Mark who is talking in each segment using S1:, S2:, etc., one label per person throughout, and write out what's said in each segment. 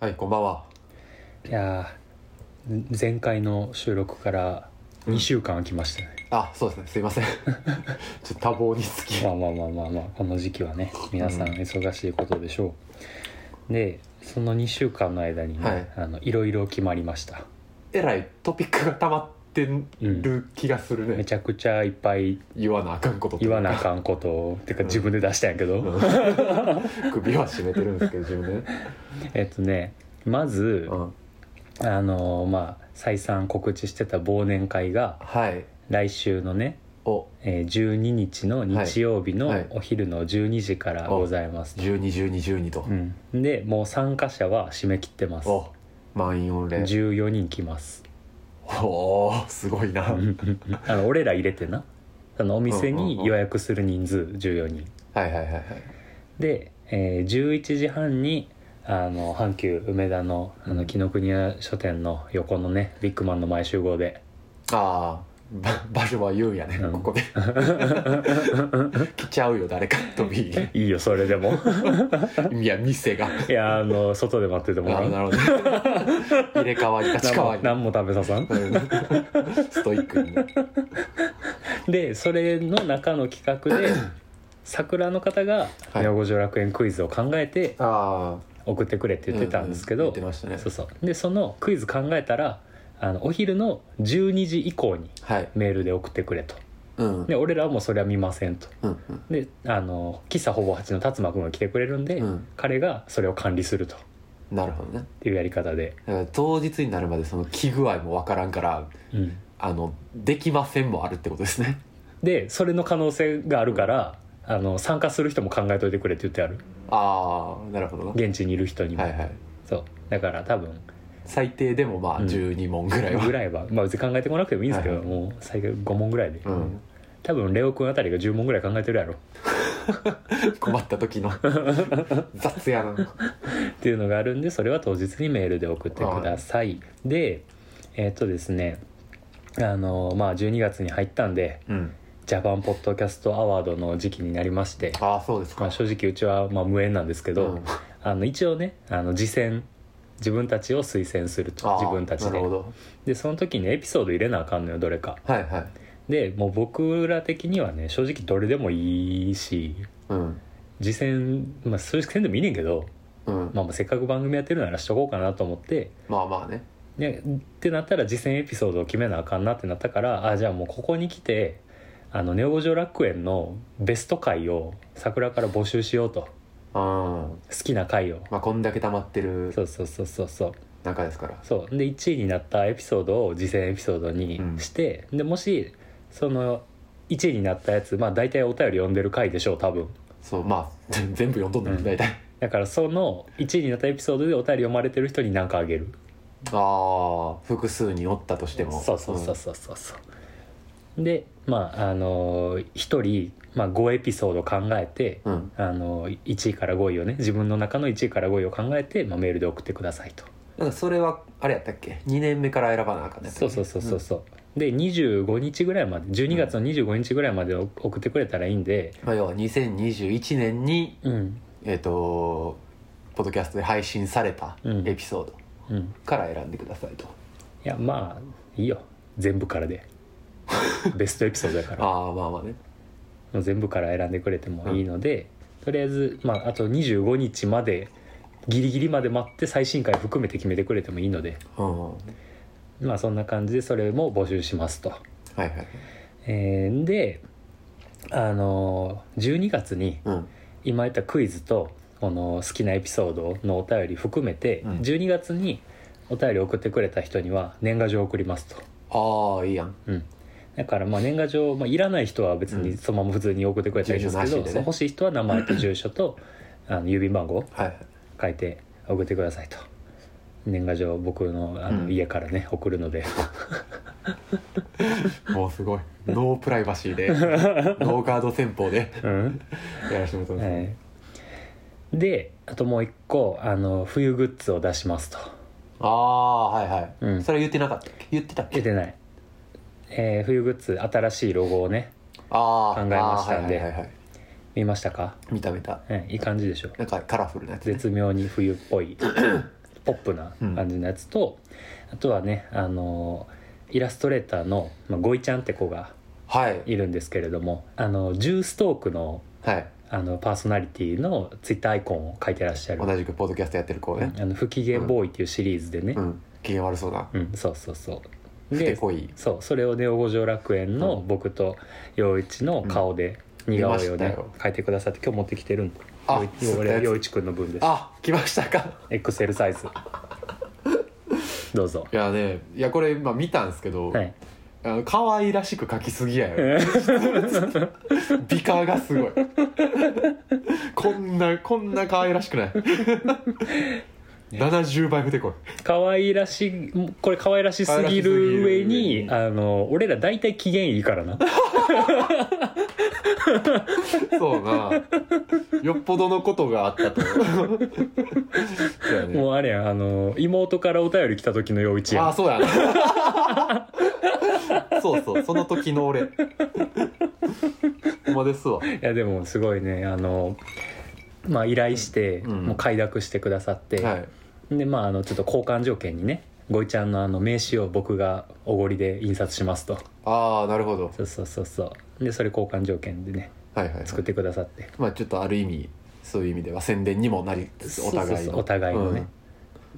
S1: はい、こんばんは。
S2: いやー前回の収録から2週間空きましたね、
S1: あ、そうですね、すい ません。ちょっと多忙につき。
S2: まあまあまあまあまあこの時期はね皆さん
S1: うん
S2: 忙しいことでしょう、でその2週間の間にね、
S1: はい
S2: い、あのいろいろ決まりました
S1: えらいトピックが溜まってる気がするね。
S2: めちゃくちゃいっぱい
S1: 言わなあかんことと
S2: 言わなあ
S1: か
S2: かんことをてか自分で出したんやけど、
S1: ん。首は絞めてるんですけど、自分で ね。
S2: えっとねまず
S1: う、ん。
S2: あのーまあ再三告知してた忘年会が
S1: はい。
S2: 来週のね
S1: お、
S2: えー12日の日曜日
S1: はいはい
S2: のお昼の12時からございます、
S1: 12、12、12と。
S2: うん、でもう参加者は締め切ってます
S1: お、満員御礼。
S2: 14人来ます
S1: おー、すごいな。
S2: う
S1: は
S2: んうんうんあの俺ら入れてなあのお店
S1: うんうんうん
S2: に予約する人数14人
S1: いはいはいはい。
S2: で、えー11時半にあの阪急梅田のあの紀ノ国屋書店の横のねビッグマンの前集合で
S1: あー、ば場所は言うんやね、
S2: うん
S1: ここで。来ちゃうよ、誰か、飛び。
S2: いいよそれで も
S1: いや、店が。
S2: いやあの外で待ってても
S1: な
S2: ら
S1: る
S2: う
S1: ほどなるほど入れ替わり立ち替わ
S2: 何も
S1: り
S2: 何も食べささん
S1: うん ストイックにね
S2: でそれの中の企画 で桜の方が「
S1: はい
S2: 妙五条楽園クイズ」を考えて
S1: あ
S2: 送ってくれって言ってたんですけど、
S1: うんうん言ってましたね
S2: そうそうでそのクイズ考えたらあのお昼の12時以降に
S1: あはい
S2: メールで送ってくれと
S1: うん
S2: で俺らはもうそれは見ませんと
S1: うん
S2: であの喫茶ほぼ8の辰馬君が来てくれるんで、
S1: うん
S2: 彼がそれを管理するとっ
S1: うんなるほどね
S2: ていうやり方で、
S1: だから当日になるまでその気具合もわからんから
S2: うん、
S1: あのできませんもあるってことですね
S2: でそれの可能性があるから、あの参加する人も考えといてくれって言ってある
S1: ああなるほどな
S2: 現地にいる人にも、
S1: はいはい
S2: そうだから多分
S1: 最低でもまあ
S2: うん
S1: 12問ぐらいは、
S2: ぐらいは、まあ、別に考えてこなくてもいいんですけど、
S1: はい
S2: もう最悪5問ぐらいで、
S1: うん
S2: 多分レオ君あたりが10問ぐらい考えてるやろ
S1: 困った 時の雑やな
S2: っていうのがあるんでそれは当日にメールで送ってください、でえっ、とですねあのまあ12月に入ったんで
S1: うん
S2: ジャパンポッドキャストアワードの時期になりまして、
S1: ああそうです
S2: ま
S1: か
S2: あ、正直うちはまあ無縁なんですけど、
S1: うん
S2: あの一応ねあの次戦自分たちを推薦すると
S1: あー
S2: 自分たち
S1: な
S2: で
S1: るほど
S2: でその時にエピソード入れなあかんのよどれか
S1: はいはい
S2: でもう僕ら的にはね正直どれでもいいし
S1: うん
S2: 次戦まあ正直せんでもいいねんけど、
S1: うん
S2: まあ、まあせっかく番組やってるならしとこうかなと思って
S1: まあまあね
S2: ね、ってなったら実践エピソードを決めなあかんなってなったからあじゃあもうここに来てあのネオ五条楽園のベスト回を桜から募集しようと
S1: うん
S2: 好きな回を
S1: まあこんだけ溜まってる
S2: そうそうそうそうそう
S1: 中ですから
S2: そうで1位になったエピソードを実践エピソードにして、でもしその1位になったやつまあ大体お便り読んでる回でしょう多分
S1: そうまあ 全部読んどんの
S2: うん
S1: 大体、
S2: だからその1位になったエピソードでお便り読まれてる人に何かあげる
S1: ああ複数におったとしても
S2: そうそうそうそうそうそうでまああのー一人、まあ、5エピソード考えて、
S1: うん、うん
S2: あのー1位から5位をね自分の中の1位から5位を考えて、まあ、メールで送ってくださいと
S1: なんかそれはあれやったっけ2年目から選ばなあかんね
S2: そうそうそうそうそう、で25日ぐらいまで12月の25日ぐらいまでお送ってくれたらいいんで
S1: まあ、要は2021年に
S2: うん
S1: えっ、とポッドキャストで配信された
S2: うん
S1: エピソード
S2: うん
S1: から選んでくださいと、
S2: いやまあいいよ全部から でベストエピソードだから
S1: ああまあまあね
S2: もう全部から選んでくれてもいいので、とりあえず、まあ、あと25日までギリギリまで待って最新回含めて決めてくれてもいいので
S1: うんは
S2: まあそんな感じでそれも募集しますと、
S1: いはい
S2: えーであのー12月に
S1: うん
S2: 今言ったクイズとこの好きなエピソードのお便り含めて、
S1: うん
S2: 12月にお便り送ってくれた人には年賀状を送りますと、
S1: ああいいやん
S2: うん、だからまあ年賀状、まあ、いらない人は別にそのまま普通に送ってくれたらいいんですけ
S1: 住
S2: ど、
S1: 所なしでね
S2: その欲しい人は名前と住所とあの郵便番号を
S1: はいはい
S2: 書いて送ってくださいと年賀状を僕のあの
S1: うん
S2: 家からね、送るの で
S1: もうすごいノープライバシ ーでノーガード戦法で
S2: うん、
S1: やらせてもらってま す、
S2: はいであともう一個あの冬グッズを出しますと
S1: ああはいはい、
S2: うん
S1: それ言ってなかったっけ言ってたっけ
S2: 出てない、えー冬グッズ新しいロゴをね
S1: ああ
S2: 考えましたんで
S1: はいはいはいはい、
S2: 見ましたか、
S1: 見た見た
S2: うんいい感じでしょ
S1: なんかカラフルなやつ、ね、
S2: 絶妙に冬っぽいポップな
S1: うん
S2: 感じのやつと、あとはねあのイラストレーターの、まあ、ゴイちゃんって子が
S1: はい
S2: いるんですけれどもあのジューストークの
S1: はい
S2: あのパーソナリティのツイッターアイコンを書いてらっしゃる、
S1: 同じくポッドキャストやってる子ね
S2: あの不機嫌ボーイっていうシリーズでね、
S1: う、ん、機嫌悪そうな
S2: うんそうそうそう
S1: ふて
S2: で
S1: こい
S2: そうそれをネオ五条楽園
S1: う
S2: の僕と陽一の顔で似顔絵を
S1: 見ま
S2: ね
S1: したよ
S2: 書いてくださって今日持ってきてるんで
S1: あ
S2: 陽一
S1: 吸ったやつ
S2: 陽一くんの分です
S1: あ来ましたか
S2: エクセルサイズどうぞ
S1: いやねいやこれ今見たんですけど、
S2: はい
S1: あの可愛らしく描きすぎやよ 美化がすごいこんなこんな可愛らしく ない70倍ふてこい
S2: 可愛らしいこれ可愛らしすぎる上にあの俺ら大体機嫌いいからな
S1: そうなよっぽどのことがあった とそうやね
S2: もうあれやんあの妹からお便り来た時の陽一や
S1: ああ
S2: ん
S1: そうやな そうそうその時の俺ほんまですわ
S2: いやでもすごいねあのまあ依頼して、
S1: うん
S2: もう快諾してくださって、
S1: はい
S2: でまああのちょっと交換条件にねゴイちゃんのあの名刺を僕がおごりで印刷しますと
S1: ああなるほど
S2: そうそうそうそうでそれ交換条件でね
S1: はいはい、はい、
S2: 作ってくださって
S1: まあちょっとある意味そういう意味では宣伝にもなりつつお互いの
S2: そうそうそうお互いのね、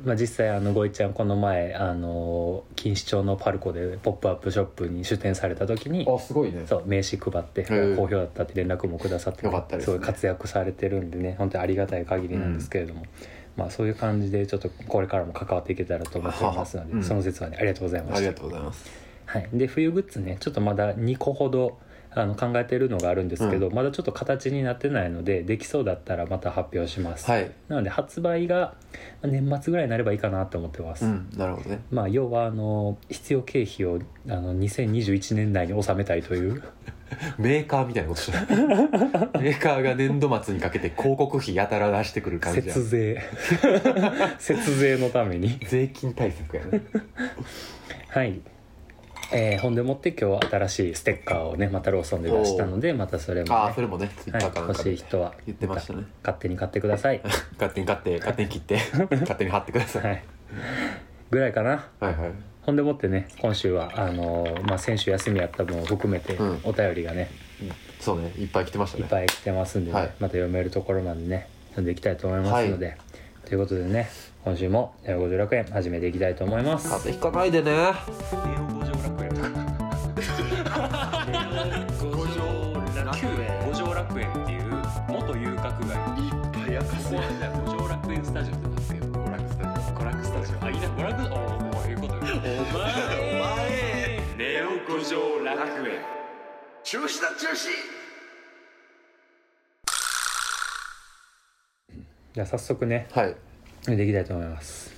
S2: まあ、実際あのゴイちゃんこの前あの錦糸町のパルコでポップアップショップに出店された時に
S1: うんあすごいね
S2: そう名刺配って
S1: ー
S2: 好評だったって連絡もくださって
S1: よかったです
S2: す
S1: ね
S2: ごい活躍されてるんでね本当にありがたい限りなんですけれども、まあそういう感じでちょっとこれからも関わっていけたらと思っておりますので、
S1: ははうん
S2: その説はねありがとうございま
S1: あ
S2: し
S1: り
S2: た
S1: がとうございます
S2: はい、で冬グッズねちょっとまだ2個ほどあの考えてるのがあるんですけど、まだちょっと形になってないのでできそうだったらまた発表します、
S1: はい
S2: なので発売がまあ年末ぐらいになればいいかなと思ってます、
S1: うんなるほどね
S2: まあ要はあの必要経費をあの2021年内に納めたいと いう
S1: メーカーみたいなことし てるメーカーが年度末にかけて広告費やたら出してくる感じや
S2: 節税 節税のために
S1: 税金対策やね
S2: はい、えー、ほんでもって今日は新しいステッカーをねまたローソンで出したのでまたそれも、ね
S1: ああそれもねツイッター
S2: は
S1: か
S2: い、
S1: なん
S2: 欲
S1: か
S2: しい
S1: で
S2: 人は
S1: 言ってましたね
S2: 勝手に買ってくだ さい
S1: 勝手に買って勝手に切って 勝手に貼ってください
S2: はいぐらいかな
S1: はいはい
S2: ほんでもってね今週はあのーまあ、先週休みやった分を含めて
S1: うん
S2: お便りがね、
S1: そうねいっぱい来てました
S2: いっ
S1: ね
S2: ぱい来てますんでね、
S1: はい
S2: また読めるところまでね読んでいきたいと思いますので、ということでね今週も「五十楽園」始めていきたいと思います。
S1: 風邪ひかないでね
S2: 五条楽園五条楽園っていう元遊郭街いっぱいやかす五条楽園スタジオってなんですけど娯楽スタジオ娯楽スタジオあいいな娯楽おおいうことお前お前
S3: ネオ五条楽園中止だ中止
S2: じゃあ早速ね
S1: はい
S2: できたいと思います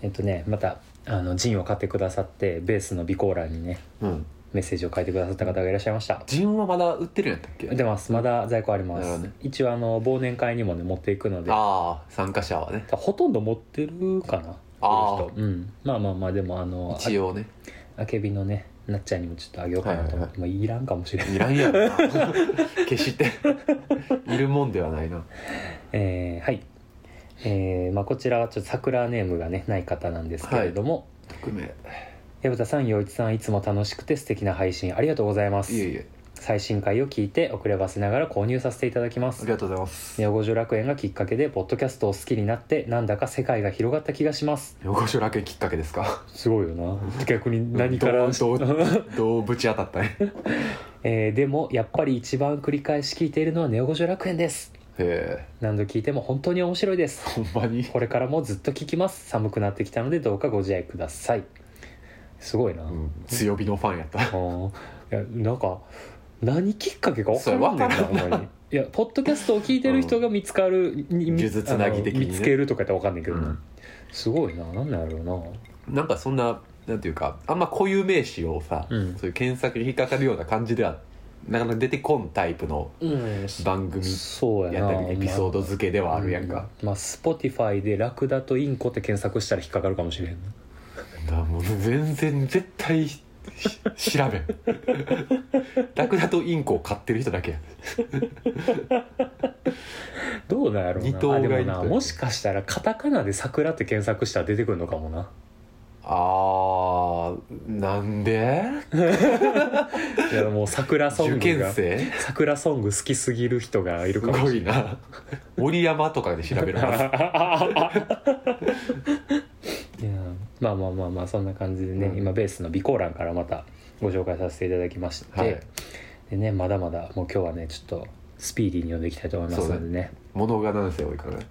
S2: えっとねまたあのジンを買ってくださってベースの備考欄にね
S1: うん
S2: メッセージを書いてくださった方がいらっしゃいました
S1: ジンはまだ売ってるんやったっけ
S2: 出ますまだ在庫ありま
S1: なる
S2: す、
S1: ほどね
S2: 一応あの忘年会にもね持っていくので
S1: ああ参加者はね
S2: ほとんど持ってるかな
S1: あー
S2: この人うんまあまあまあでもあのあ
S1: 一応ね
S2: あけびのねなっちゃんにもちょっとあげようかなと思って、まあ、いらん かもしれない、
S1: いらんやろな決しているもんではないな
S2: えーはいえーまあ、こちらはちょっと桜ネームがねない方なんですけれども
S1: 匿名
S2: 矢蓋、さん陽一さんいつも楽しくて素敵な配信ありがとうございます
S1: いえいえ
S2: 最新回を聞いて遅ればせながら購入させていただきま
S1: あ
S2: す
S1: りがとうございます
S2: ネオ五条楽園がきっかけでポッドキャストを好きになってなんだか世界が広がった気がします
S1: 横所楽園きっかけです か
S2: すごいよ な逆に何から、
S1: どうどうどうぶち当たったねへ
S2: えーでもやっぱり一番繰り返し聞いているのはネオ五条楽園です
S1: え
S2: 何度聞いても本当に面白いです
S1: ほんまに
S2: これからもずっと聞きます寒くなってきたのでどうかご自愛くださいすごいな、
S1: うん強火のファンやった
S2: あーいやなんか何きっかけか分からんねんな
S1: そう
S2: ほんまにいやポッドキャストを聞いてる人が見つかる、にみ
S1: 数珠つなぎ的にね
S2: あの見つけるとかやって分かんないけどな、
S1: うん
S2: すごいな何なんやろう
S1: なんかそんななんていうかあんま固有名詞をさ、
S2: うん
S1: そういう検索に引っかかるような感じではなかなか出てこんタイプの
S2: なうん
S1: 番組
S2: そうや
S1: やっ
S2: な
S1: たりエピソード付けではあるやんか、、
S2: まあ、スポティファイで「ラクダとインコ」って検索したら引っかかるかもしれんな
S1: だからもう全然絶対し調べ ラクダとインコを飼ってる人だけや
S2: どうなんやろうな
S1: 二頭
S2: あで
S1: が
S2: も
S1: いる
S2: な
S1: と
S2: もしかしたらカタカナで「桜」って検索したら出てくるのかもな
S1: あーなんで
S2: いやもう桜ソン
S1: 受
S2: グ
S1: 験
S2: が
S1: 生
S2: 桜ソング好きすぎる人がい
S1: す
S2: るかもしれない
S1: ごいな森山とかで調べる ま
S2: い
S1: す
S2: やーまあまあまあまあそんな感じでね、
S1: うん
S2: 今ベースの備考欄からまたご紹介させていただきまして、
S1: はい
S2: でねまだまだもう今日はねちょっとスピーディーに読んでいきたいと思いますのでね
S1: 物が何せ多いからね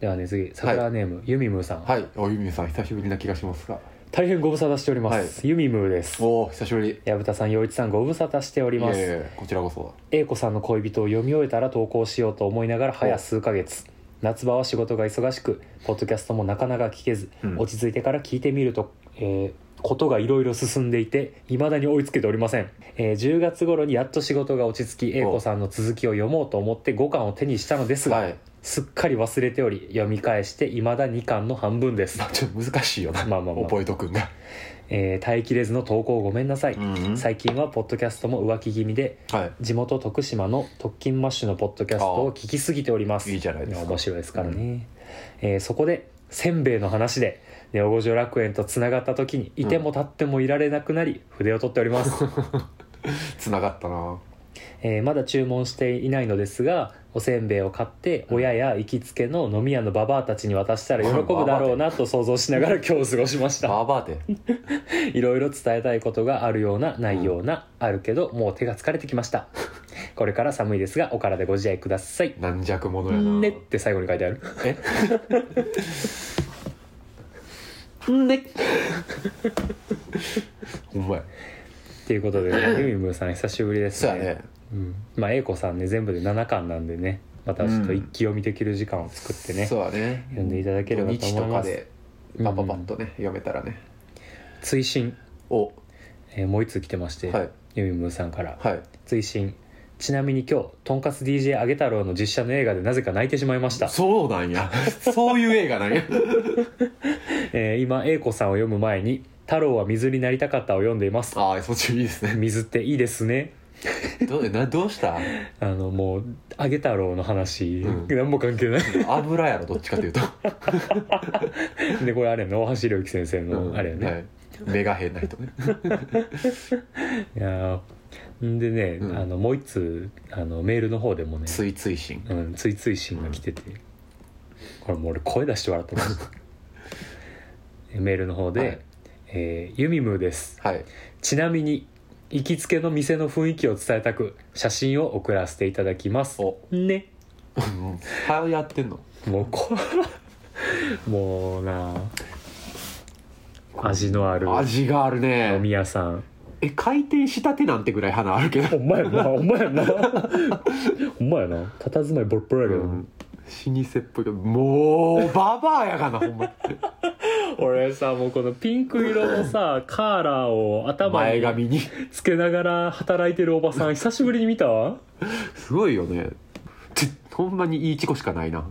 S2: ではね次桜ネーム、ユミムーさん、
S1: はいおゆみさん久しぶりな気がしますが
S2: 大変ご無沙汰しております、ユミムーです
S1: おお久しぶり
S2: 矢蓋さん陽一さんご無沙汰しており
S1: い
S2: ま
S1: えい
S2: す
S1: えこちらこそ
S2: 英子さんの恋人を読み終えたら投稿しようと思いながら早数ヶ月夏場は仕事が忙しくポッドキャストもなかなか聞けず、
S1: うん
S2: 落ち着いてから聞いてみると、えーことがいろいろ進んでいて未だに追いつけておりません、えー10月頃にやっと仕事が落ち着き英子さんの続きを読もうと思って5巻を手にしたのですが、
S1: はい
S2: すっかり忘れており読み返して未だ2巻の半分です
S1: まあちょっと難しいよな、
S2: まあまあまあ
S1: 覚えとくんが
S2: えー耐えきれずの投稿ごめんなさい、
S1: うん
S2: 最近はポッドキャストも浮気気味で
S1: はい
S2: 地元徳島の特勤マッシュのポッドキャストを聞きすぎております
S1: いいじゃないですか
S2: 面白いですからね、えーそこでせんべいの話でネオ五条楽園とつながった時にいても立ってもいられなくなり、筆を取っております、
S1: つながったな
S2: えーまだ注文していないのですがおせんべいを買って親や行きつけの飲み屋のババアたちに渡したら喜ぶだろうなと想像しながら今日過ごしました
S1: バーバーで
S2: いろいろ伝えたいことがあるようなないような、あるけどもう手が疲れてきましたこれから寒いですがお体ご自愛ください
S1: 軟弱者やな
S2: ねって最後に書いてある
S1: え
S2: ね
S1: ほんまや
S2: っていうことでねユミムーさん久しぶりです
S1: そ
S2: ね
S1: うやね
S2: うん、まあ英子さんね全部で7巻なんでねまたちょっと一気読みできる時間を作ってね、
S1: そうやね
S2: 読んでいただければと思い
S1: 日とか
S2: ます
S1: でパパパッとね、読めたらね
S2: 追伸、
S1: お
S2: えーもう一通来てまして、
S1: はい
S2: ユミムーさんから
S1: はい
S2: 追伸ちなみに今日「とんかつ DJ あげ太郎」の実写の映画でなぜか泣いてしまいました
S1: そうなんやそういう映画なんや
S2: えー今英子さんを読む前に「太郎は水になりたかった」を読んでいます
S1: ああそっちいいですね
S2: 水っていいですね
S1: どうなどうした
S2: あのもう「あげ太郎」の話、
S1: うん
S2: 何も関係ない
S1: 油やろどっちかというと、
S2: でこれあれやね大橋宏之先生
S1: う
S2: の
S1: ん
S2: あれやね、
S1: はい、目が変 な人ね
S2: い、やーんでね、
S1: うん
S2: あのもう一通あのメールの方でもね
S1: ついつい心
S2: うん、ついついシーンが来てて、これもう俺声出して笑ってました メールの方で、
S1: はい
S2: えーユミムーです
S1: はい
S2: ちなみに行きつけの店の雰囲気を伝えたく写真を送らせていただきます
S1: お
S2: ね
S1: うんはやってんの
S2: もうこ もうな味のある
S1: 味がある
S2: 飲み
S1: ね
S2: 屋さん
S1: え回転したてなんてぐらい花あるけど
S2: お前や なお前やなお前やな佇まいボロボロやけど、
S1: うん老舗っぽいけどもうババアやがなほんま
S2: 俺さもうこのピンク色の さカーラーを頭
S1: 前
S2: に
S1: 髪に
S2: つけながら働いてるおばさん久しぶりに見たわ
S1: すごいよねてほんまにいいチコしかないな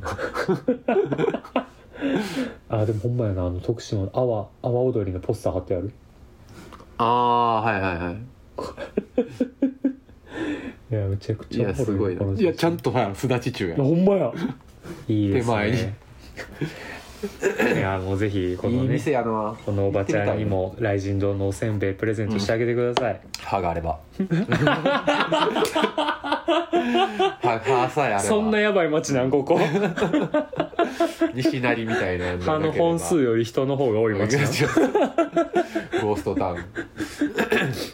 S2: あでもほんまやなあの徳島の阿波阿波踊りのポスター貼ってある
S1: ああはいはいはい
S2: いやめちゃくち
S1: い
S2: ゃ
S1: やすごい
S2: この
S1: な
S2: 写
S1: い
S2: 真
S1: やちゃんとさすだち中や
S2: ほんまやいいです
S1: 手前に
S2: ねいやもうぜひこ
S1: いい
S2: のね
S1: 店やな
S2: このおばちゃんにも雷神堂のおせんべいプレゼントしてあげてください、
S1: 歯があ れば歯歯さえあれば
S2: そんなやばい街なんここ
S1: 西成みたいな
S2: 歯の本数より人の方が多い
S1: 間違
S2: 街なん
S1: ゴーストタウン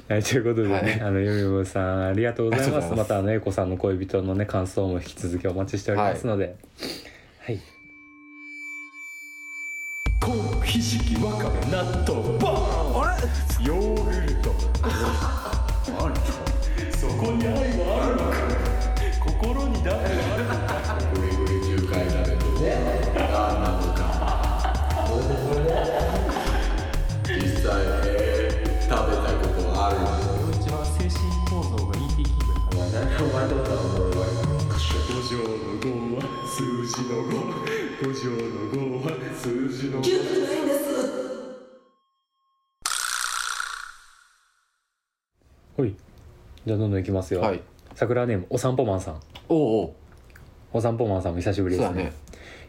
S2: はい、ということでね、
S1: はい
S2: あのよみもさんありがとうござい
S1: ありが
S2: ま
S1: と
S2: すま
S1: うございます
S2: たあのえこさんの恋人のね感想も引き続きお待ちしておりますのではい、
S3: ひじきわかめ納豆バーンあれヨーグルトあれそこに愛はあるのか心にだけはあるのかグリグリ10回食べてねあなのか実際ね食べたことあるの一番精神構造がいいって聞いたからお前のことはおもろい五条の五は数字の五五条の五は数字の五
S2: はいじゃあどんどんいきますよ、
S1: はい
S2: 桜ネームお散歩マンさん
S1: おうおう
S2: お散歩マンさんも久しぶり
S1: そ
S2: で
S1: う
S2: すね
S1: だね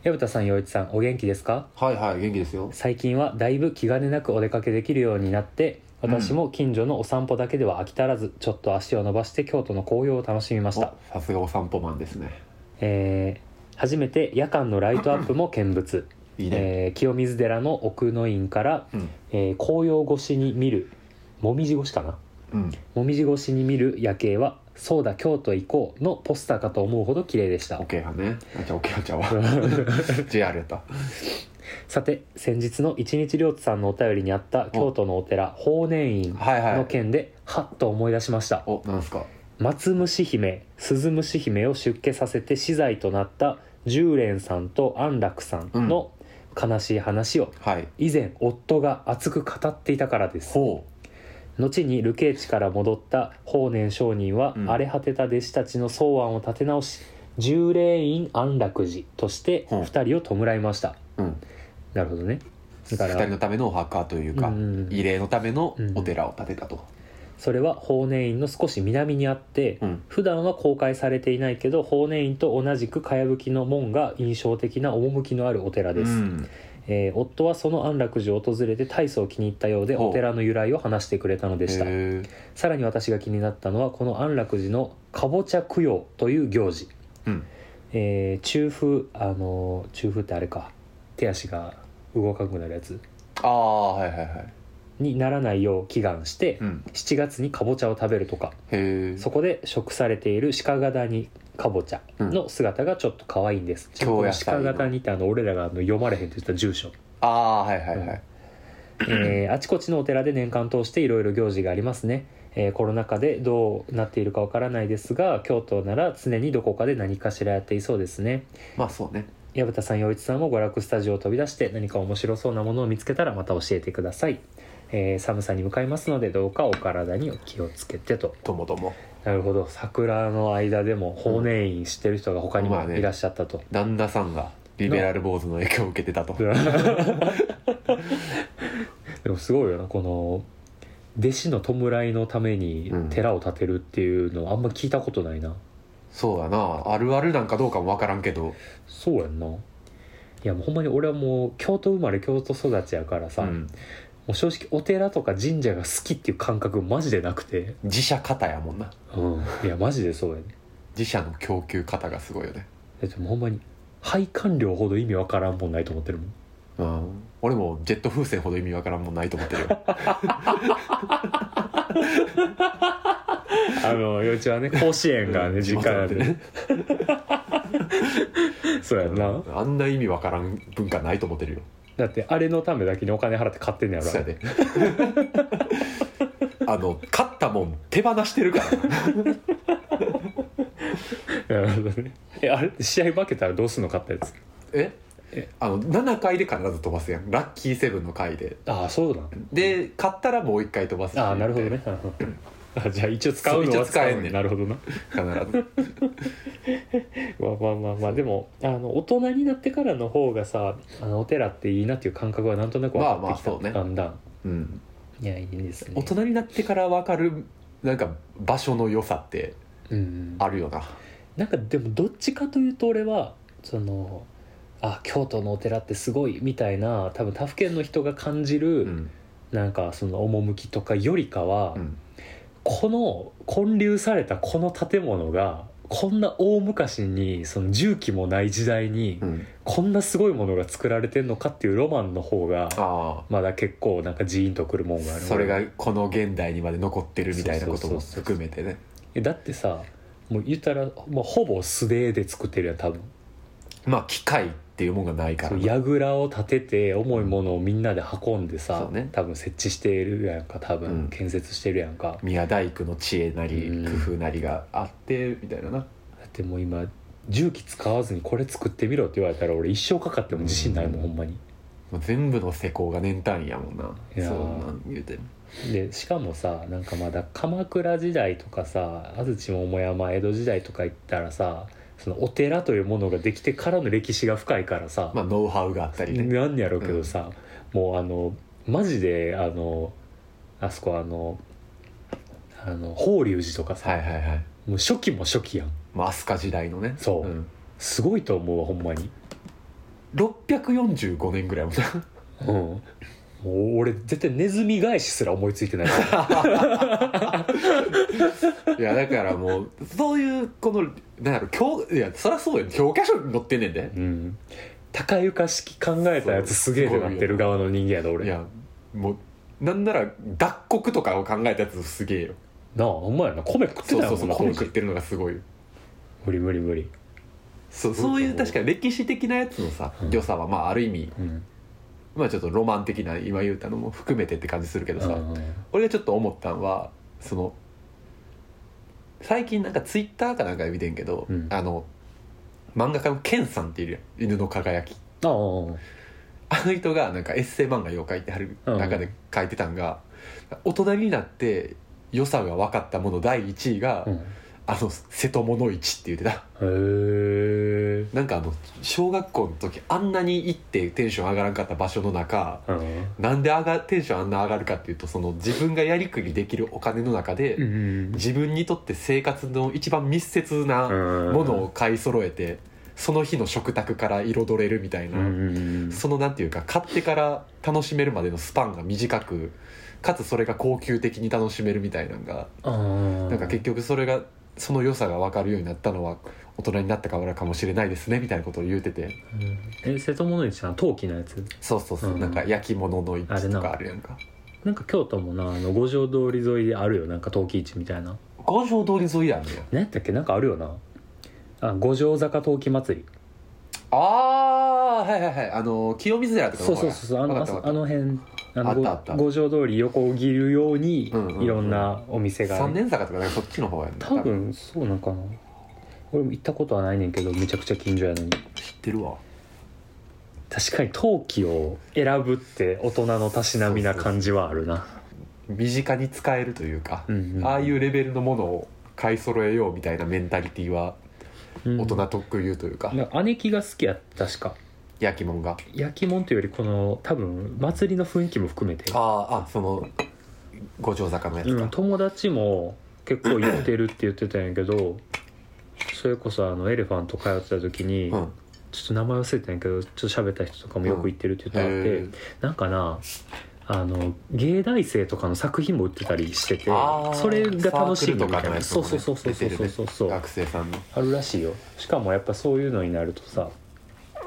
S2: 矢蓋さん陽一さんお元気ですか
S1: はいはい元気ですよ
S2: 最近はだいぶ気兼ねなくお出かけできるようになって私も近所のお散歩だけでは飽き足らず、ちょっと足を伸ばして京都の紅葉を楽しみました
S1: おさすがお散歩マンですね
S2: えー初めて夜間のライトアップも見物、
S1: いいね、
S2: えー清水寺の奥の院から、
S1: うん
S2: えー紅葉越しに見るもみじ越しかな
S1: うん
S2: もみじ越しに見る夜景は「そうだ京都行こう」のポスターかと思うほど綺麗で した
S1: オケーはねあじゃあオケーはちゃ うわ JR やった
S2: さて先日の一日涼太さんのお便りにあった京都のお寺法然院
S1: はいは
S2: の
S1: い
S2: 件ではっと思い出しました
S1: おなんすか
S2: 松虫姫鈴虫姫を出家させて死罪となった十蓮さんと安楽さんの悲しい話を
S1: はい
S2: 以前夫が熱く語っていたからです
S1: ほ
S2: 後に流刑地から戻った法然上人は
S1: うん
S2: 荒れ果てた弟子たちの草案を立て直し十霊院安楽寺として
S1: うん
S2: 二人を弔いました
S1: ううん
S2: なるほどねだか
S1: 二人
S2: ら
S1: のためのお墓というか、
S2: うんうんうん
S1: 慰霊のためのお寺を建てたと、
S2: それは法然院の少し南にあって
S1: うん
S2: 普段は公開されていないけど法然院と同じくかやぶきの門が印象的な趣のあるお寺です、
S1: うん
S2: えー夫はその安楽寺を訪れて大層気に入ったようで
S1: ほう
S2: お寺の由来を話してくれたのでした
S1: へー
S2: さらに私が気になったのはこの安楽寺のかぼちゃ供養という行事、
S1: うん
S2: えー中風あのー中風ってあれか手足が動かなくなるやつ
S1: ああはいはいはい、
S2: にならないよう祈願して、
S1: うん、
S2: 7月にかぼちゃを食べるとか
S1: へえ
S2: そこで食されている鹿型にかぼちゃの姿がちょっと可愛いんです、ちなみにこの鹿型にってあの俺らがあの読まれへんって言った住所
S1: ああはいはいはい、
S2: えーあちこちのお寺で年間通していろいろ行事がありますね、えーコロナ禍でどうなっているかわからないですが京都なら常にどこかで何かしらやっていそうですね
S1: まあそうね
S2: 矢蓋さん陽一さんも娯楽スタジオを飛び出して何か面白そうなものを見つけたらまた教えてください、えー寒さに向かいますのでどうかお体にお気をつけてと
S1: ともとも
S2: なるほど桜の間でも法然院してる人が他に
S1: まあ
S2: も
S1: ね
S2: いらっしゃったと、
S1: 旦那さんがリベラル坊主の影響を受けてたと
S2: でもすごいよなこの弟子の弔いのために
S1: うん
S2: 寺を建てるっていうのはあんま聞いたことないな、
S1: そうやなあるあるなんかどうかもわからんけど
S2: そうやんないやもうほんまに俺はもう京都生まれ京都育ちやからさ、
S1: う
S2: も
S1: ん
S2: う正直お寺とか神社が好きっていう感覚マジでなくて、
S1: 自社型やもんな
S2: うん、いやマジでそうやね
S1: 自社の供給型がすごいよね
S2: だってもうほんまに配管料ほど意味わからんもんないと思ってるもん
S1: うん俺もジェット風船ほど意味わからんもんないと思ってる よ
S2: あの幼稚はね甲子園がね時間 でねそうやんな
S1: あんな意味わからん文化ないと思ってるよ
S2: だってあれのためだけにお金払って買ってんねやろ
S1: そうやで あの買ったもん手放してるからな
S2: なるほどねえあれ試合負けたらどうすんの買ったやつ
S1: え
S2: え
S1: あの7回で必ず飛ばすやんラッキーセブンの回で
S2: ああそうだ
S1: で買ったらもう1回飛ばすし
S2: ああなるほどねあじゃあ一応使うの
S1: そう
S2: は
S1: 一応使えんねん
S2: のなるほどな
S1: 必ず
S2: まあまあまあまあでもあの大人になってからの方がさあのお寺っていいなっていう感覚はなんとなく分かってきた、
S1: まあまあそうね
S2: だんだん
S1: うん
S2: いやいいですね
S1: 大人になってから分かるなんか場所の良さって
S2: うん
S1: あるよな
S2: なんかでもどっちかというと俺はそのあ京都のお寺ってすごいみたいな多分他府県の人が感じる、
S1: うん
S2: なんかその趣とかよりかは、
S1: うん
S2: この建立されたこの建物がこんな大昔にその重機もない時代に
S1: うん
S2: こんなすごいものが作られてんのかっていうロマンの方が
S1: あ
S2: まだ結構なんかジーンとくるも
S1: あ
S2: んがある
S1: それがこの現代にまで残ってるみたいなことも
S2: そうそうそうそう
S1: 含めてね
S2: えだってさもう言ったら、まあ、ほぼ素手で作ってるやん多分
S1: まあ機械っていうもんがないから
S2: そう
S1: な
S2: 櫓を立てて重いものをみんなで運んでさ
S1: そ、うね
S2: 多分設置してるやんか多分、
S1: うん
S2: 建設してるやんか
S1: 宮大工の知恵なり
S2: うん
S1: 工夫なりがあってみたいなな
S2: だってもう今重機使わずにこれ作ってみろって言われたら俺一生かかっても自信ないもん、
S1: うん
S2: ほんまに
S1: もう全部の施工が年単位やもんない
S2: やー
S1: そんなん言うて
S2: でしかもさなんかまだ鎌倉時代とかさ安土桃山江戸時代とか行ったらさそのお寺というものができてからの歴史が深いからさ、
S1: まあノウハウがあったりね
S2: なんやろうけどさ、もうあのマジであのあそこあのあの法隆寺とかさ、
S1: はいはいはい
S2: もう初期も初期やん
S1: まあ飛鳥時代のね、
S2: そうんすごいと思うわほんまに
S1: 645年ぐらいもんな
S2: うんもう俺絶対ネズミ返しすら思いつ いてない
S1: いやだからもうそういうこのなんやろ教いやそりゃそうやん教科書に載ってんねんで
S2: うん高床式考えたやつすげえってなってる側の人間やな俺
S1: いやもうなんなら脱穀とかを考えたやつすげえよ
S2: なあほんまやな米食って
S1: そう
S2: た
S1: そ
S2: よ
S1: うそう
S2: な
S1: 米
S2: 当
S1: 食っ
S2: 時
S1: てるのがすごいよ
S2: 無理無理無理
S1: そう
S2: そう
S1: そういう
S2: そう
S1: 確かに歴史的なやつのさ
S2: うん
S1: 良さはまあある意味
S2: うん
S1: まあちょっとロマン的な今言うたのも含めてって感じするけどさ、
S2: うん
S1: 俺がちょっと思ったんはその最近なんかツイッターかなんかで見てんけど、
S2: うん
S1: あの漫画家のケンさんっているやん犬の輝き
S2: ああ
S1: あの人がなんかエッセイ漫画よう書いてある中で書いてたんが、大人になって良さが分かったもの第1位が、
S2: うん
S1: あの瀬戸物市って言ってた
S2: へえ
S1: なんかあの小学校の時あんなに行ってテンション上がらんかった場所の中
S2: うん
S1: なんで上がテンションあんな上がるかっていうとその自分がやりくりできるお金の中で、
S2: うん
S1: 自分にとって生活の一番密接なも
S2: も
S1: のを買い揃えて、その日の食卓から彩れるみたいな、そのなんていうか買ってから楽しめるまでのスパンが短くかつそれが高級的に楽しめるみたいなのが、
S2: な
S1: なんか結局それがその良さが分かるようになったのは大人になったからかもしれないですねみたいなことを言うてて
S2: え瀬戸物市は陶器のやつ
S1: そうそうそう、
S2: うん
S1: なんか焼き物の市
S2: あれ
S1: と
S2: な
S1: かあるやんか
S2: なんか京都もなあの五条通り沿いであるよなんか陶器市みたいな
S1: 五条通り沿いやんね
S2: 何やったっけなんかあるよなあ五条坂陶器祭り
S1: ああーはいはいはいあの清水寺とか
S2: そうそうそうそうあ
S1: 分か
S2: の
S1: った分かった
S2: あの辺あの
S1: あったあった
S2: ご五条通り横を切るように
S1: うんうんうん
S2: いろんなお店があ
S1: 三
S2: る
S1: 年坂とかなんかそっちの方やんな
S2: 多分そうなんかな俺も行ったことはないねんけどめちゃくちゃ近所やのに
S1: 知ってるわ
S2: 確かに陶器を選ぶって大人のたしなみな感じはあるな
S1: 身近に使えるというか、
S2: うんうん
S1: ああいうレベルのものを買い揃えようみたいなメンタリティーは
S2: うん
S1: 大人特有というか、
S2: なんか姉貴が好きやった確か
S1: 焼き物が
S2: 焼き物というよりこの多分祭りの雰囲気も含めて
S1: あああその五条坂のやつ
S2: うん、
S1: か、
S2: 友達も結構行ってるって言ってたんやけどそれこそあのエレファント通ってた時に、
S1: うん
S2: ちょっと名前忘れてんやけどちょっと喋った人とかもよく行ってるって言ってあって、
S1: へー
S2: なんかなあの芸大生とかの作品も売ってたりしてて
S1: あー
S2: それが楽しいみたい
S1: サークルとかの
S2: な
S1: やつ
S2: そ
S1: も
S2: う
S1: ね
S2: そうそうそうそう
S1: 出てるね
S2: そうそう、
S1: 学生さんの
S2: あるらしいよしかもやっぱそういうのになるとさ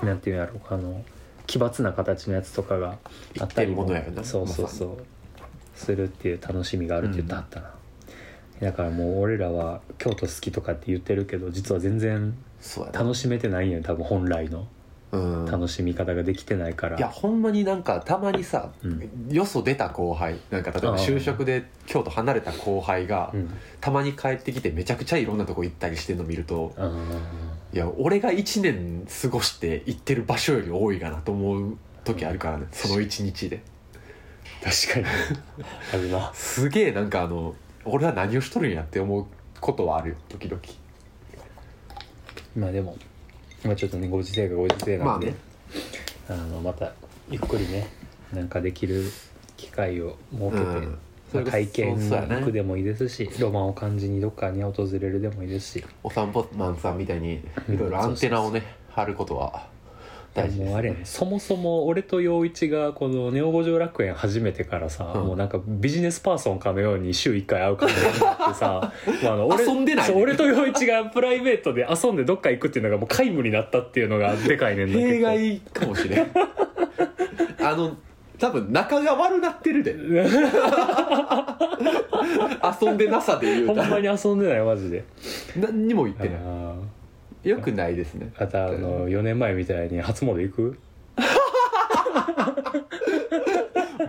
S2: なんていうんやろうあの奇抜な形のやつとかがあったり
S1: 一点物やよな
S2: そうそうそう、するっていう楽しみがあるって言ってあったな、だからもう俺らは京都好きとかって言ってるけど実は全然
S1: そうやな
S2: 楽しめてないんや多分本来の
S1: うん
S2: 楽しみ方ができてないから、
S1: いやほんまになんかたまにさ、
S2: うん
S1: よそ出た後輩なんか例え
S2: あ
S1: ば
S2: あ
S1: 就職で京都離れた後輩が、
S2: うん
S1: たまに帰ってきてめちゃくちゃいろんなとこ行ったりしてんの見ると
S2: あ
S1: いや俺が1年過ごして行ってる場所より多いかなと思う時あるからねその1日で
S2: ー確かに あるな
S1: すげえなんかあの俺は何をしとるんやって思うことはあるよ時々
S2: まあでもまあちょっとねご時世がご時世
S1: ま
S2: な
S1: あ
S2: んで、
S1: ね
S2: あのまたゆっくりねなんかできる機会を設けて、
S1: うんそ
S2: まあ
S1: れこそ
S2: 体験に
S1: そうやね
S2: 行くでもいいですし、ロマンを感じにどっかに訪れるでもいいですし
S1: お散歩マンさんみたいにいろいろアンテナをね張ることは大事で
S2: もう
S1: す
S2: あれやねそもそも俺と陽一がこの「ネオ五条楽園」始めてからさ、
S1: うん
S2: もうなんかビジネスパーソンかのように週1回会う感じになって さまああの俺
S1: 遊んでないね
S2: そう俺と陽一がプライベートで遊んでどっか行くっていうのがもう皆無になったっていうのがでかいねんな結構
S1: 弊害かもしれん あの多分仲が悪なっ てるで遊んでなさで言
S2: ほ
S1: うんたら
S2: まに遊んでないマジで
S1: 何にも言ってない
S2: あー
S1: よくないですね
S2: またあの4年前みたいに初詣行 く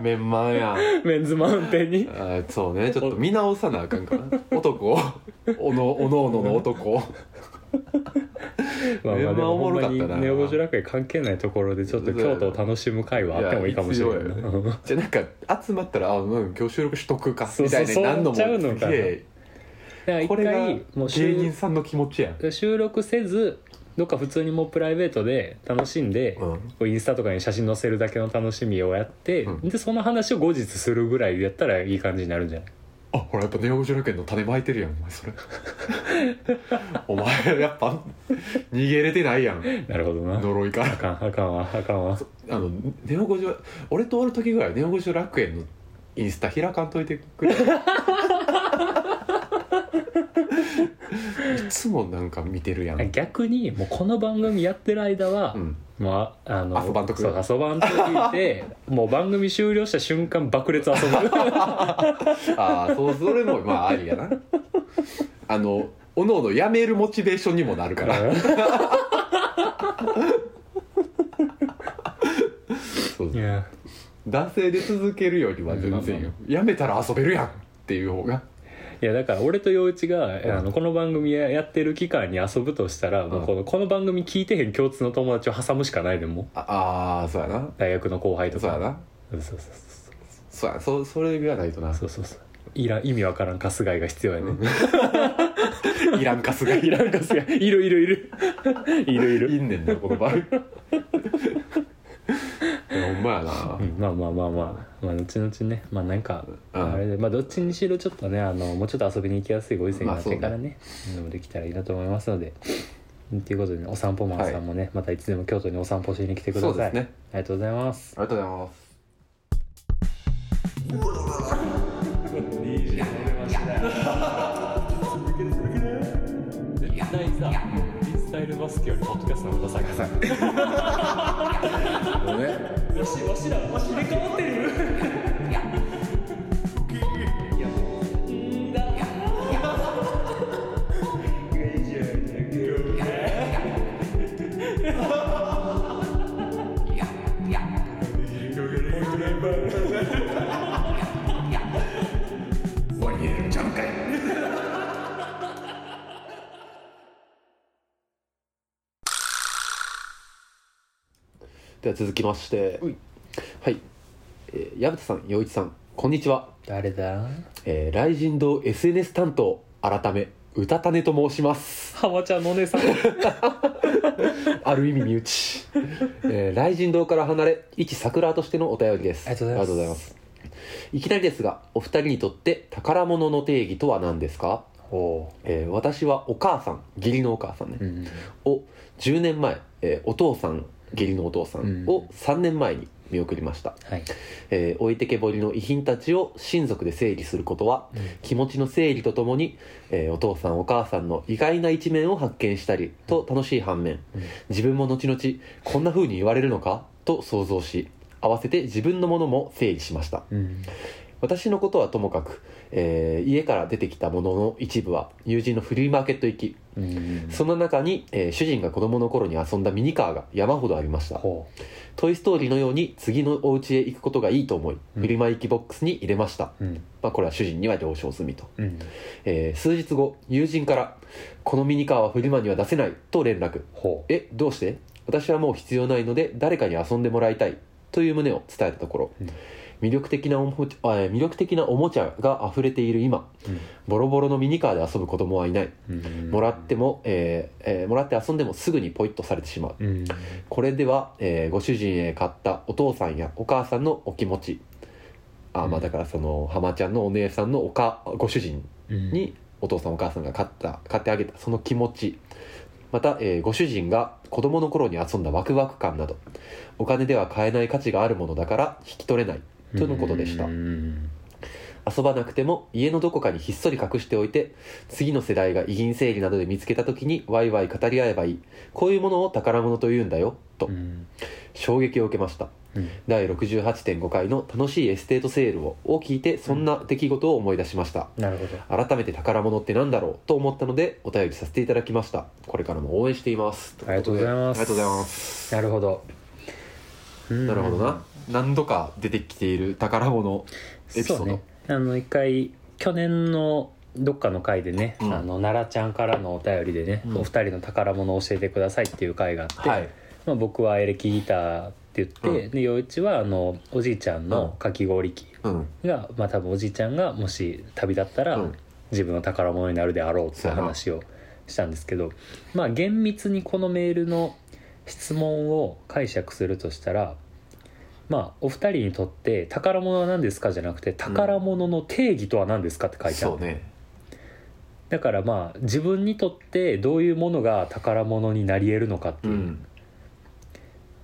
S1: メンマンやん
S2: メンズマウンテンに
S1: あーそうねちょっと見直さなあかんかな男をおのおのおのの男を
S2: まあまあ
S1: メンマ
S2: でも
S1: お
S2: ほ
S1: も
S2: んま
S1: ろかった
S2: に
S1: な
S2: ネオ五条楽園関係ないところでちょっと京都を楽しむ会はあってもいいかもしれない
S1: いや
S2: な
S1: 必じゃあなんか集まったらあうん今日収録しとくか
S2: そう
S1: み
S2: そ
S1: た
S2: う
S1: いな何度も
S2: そうなっちゃうのかな
S1: すげえ
S2: うん
S1: こ
S2: だか
S1: れ
S2: ら
S1: が
S2: 一回もう
S1: 芸人
S2: 収
S1: さんの気持ちやん
S2: 収録せずどっか普通にもうプライベートで楽しんで、
S1: うん
S2: こうインスタとかに写真載せるだけの楽しみをやって、
S1: うん
S2: でその話を後日するぐらいやったらいい感じになるんじゃない
S1: あほらやっぱネオ五条楽園の種まいてるやんお 前それお前やっぱ逃げれてないやん
S2: なるほどな
S1: 呪いか
S2: あ
S1: ら
S2: かんあかんわあかんわ
S1: あのネオ五条俺とおる時ぐらいネオ五条楽園のインスタ開かんといてくれ いつもなんか見てるやん、
S2: 逆にもうこの番組やってる間は、
S1: うん、
S2: まあ、あの
S1: 遊ばんとく
S2: そう遊ばんと聞い てもう番組終了した瞬間爆裂遊ぶ
S1: ああそうそれもまあありやなあのおのおのやめるモチベーションにもなるからそう
S2: いや
S1: 男性で続けるよりは全然よやめたら遊べるやんっていう方が
S2: いやだから俺と陽一が、あのこの番組ややってる期間に遊ぶとしたら、もうこのこの番組聞いてへん共通の友達を挟むしかないでもう
S1: ああーそうやな
S2: 大学の後輩と
S1: そうや
S2: かそ
S1: な
S2: うそうそう
S1: そうやそそれがないとな
S2: そうそうそういらん意味わからん春日井が必要やね、
S1: いらんかすがい
S2: い
S1: ら
S2: らん春日井いるいるい るいるい
S1: んい
S2: る、
S1: んねんなこの場合いやほんまやな
S2: うん、まあまあまあまあまあ後々ねまあなんか
S1: うん
S2: あれでまあどっちにしろちょっとねあのもうちょっと遊びに行きやすいご時世になってからね,、でもできたらいいなと思いますのでということでね、お散歩マンさんもね、またいつでも京都にお散歩しに来てください
S1: そうですね
S2: ありがとうございます
S1: ありがとうございます
S4: 絶対さフリースタイルバスケよりポッドキャストの方が最高さ
S1: もうねでは続きましてはい、えー、矢蓋さん陽一さんこんにちは、
S2: 誰だ
S1: えー、雷神堂 SNS 担当改め歌種と申します
S2: 浜ちゃんのお姉さん
S1: ある意味身内、えー、雷神堂から離れ一桜としてのお便りです
S2: ありがとうございます
S1: ありすいきなりですがお二人にとって宝物の定義とは何ですか、
S2: お
S1: えー私はお母さん義理のお母さんね、
S2: うん
S1: を10年前、えーお父さん義理のお父さん
S2: う
S1: を
S2: ん
S1: 3年前に見送りました、
S2: はい
S1: えー置いてけぼりの遺品たちを親族で整理することは、気持ちの整理とともに、えーお父さんお母さんの意外な一面を発見したりと楽しい反面、
S2: うん
S1: 自分も後々こんな風に言われるのかと想像し合わせて自分のものも整理しました
S2: うん
S1: 私のことはともかく、えー家から出てきたものの一部は友人のフリーマーケット行き
S2: うん
S1: その中に、えー主人が子供の頃に遊んだミニカーが山ほどありました
S2: ほ
S1: 「トイ・ストーリー」のように次のお家へ行くことがいいと思い、
S2: うん
S1: フリマ行きボックスに入れました、
S2: ううん
S1: まあ、これは主人には了承済みと、
S2: うん
S1: えー数日後友人から「このミニカーはフリマには出せない」と連絡
S2: ほ
S1: えどうして私はもう必要ないので誰かに遊んでもらいたいという旨を伝えたところ、
S2: うん
S1: 魅力的なおもちゃあえー魅力的なおもちゃが溢れている今ボロボロのミニカーで遊ぶ子供はいない、
S2: ううん
S1: もらっても、えーえーもらって遊んでもすぐにポイッとされてしまう
S2: うん
S1: これでは、えーご主人へ買ったお父さんやお母さんのお気持ちあーま
S2: う
S1: あ
S2: ん
S1: だからその浜ちゃんのお姉さんのおかご主人
S2: うん
S1: にお父さんお母さんが買った買ってあげたその気持ちまた、えーご主人が子供の頃に遊んだワクワク感などお金では買えない価値があるものだから引き取れないとのことでした
S2: うん
S1: 遊ばなくても家のどこかにひっそり隠しておいて次の世代が遺品整理などで見つけた時にワイワイ語り合えばいいこういうものを宝物と言うんだよと
S2: うん
S1: 衝撃を受けました
S2: うん
S1: 第68.5回の楽しいエステートセールをを聞いてそんな出来事を思い出しました、
S2: なるほど
S1: 改めて宝物ってなんだろうと思ったのでお便りさせていただきましたこれからも応援しています
S2: ありがとうございます
S1: ありがとうございます
S2: なるほど
S1: なるほどな何度か出てきている宝物エピソード
S2: そうねあの一回去年のどっかの回でね、
S1: うん
S2: あの奈良ちゃんからのお便りでね、
S1: うん
S2: お二人の宝物を教えてくださいっていう回があって、
S1: はい
S2: まあ、僕はエレキギターって言って、
S1: うん
S2: で陽一はあのおじいちゃんのかき氷機
S1: うん
S2: が、まあ、多分おじいちゃんがもし旅だったら、
S1: うん
S2: 自分の宝物になるであろうっていう話をしたんですけど、まあ、厳密にこのメールの質問を解釈するとしたらまあお二人にとって宝物は何ですかじゃなくて宝物の定義とは何ですかって書いてある、
S1: そうね
S2: だからまあ自分にとってどういうものが宝物になり得るのかって
S1: う
S2: いう、
S1: ん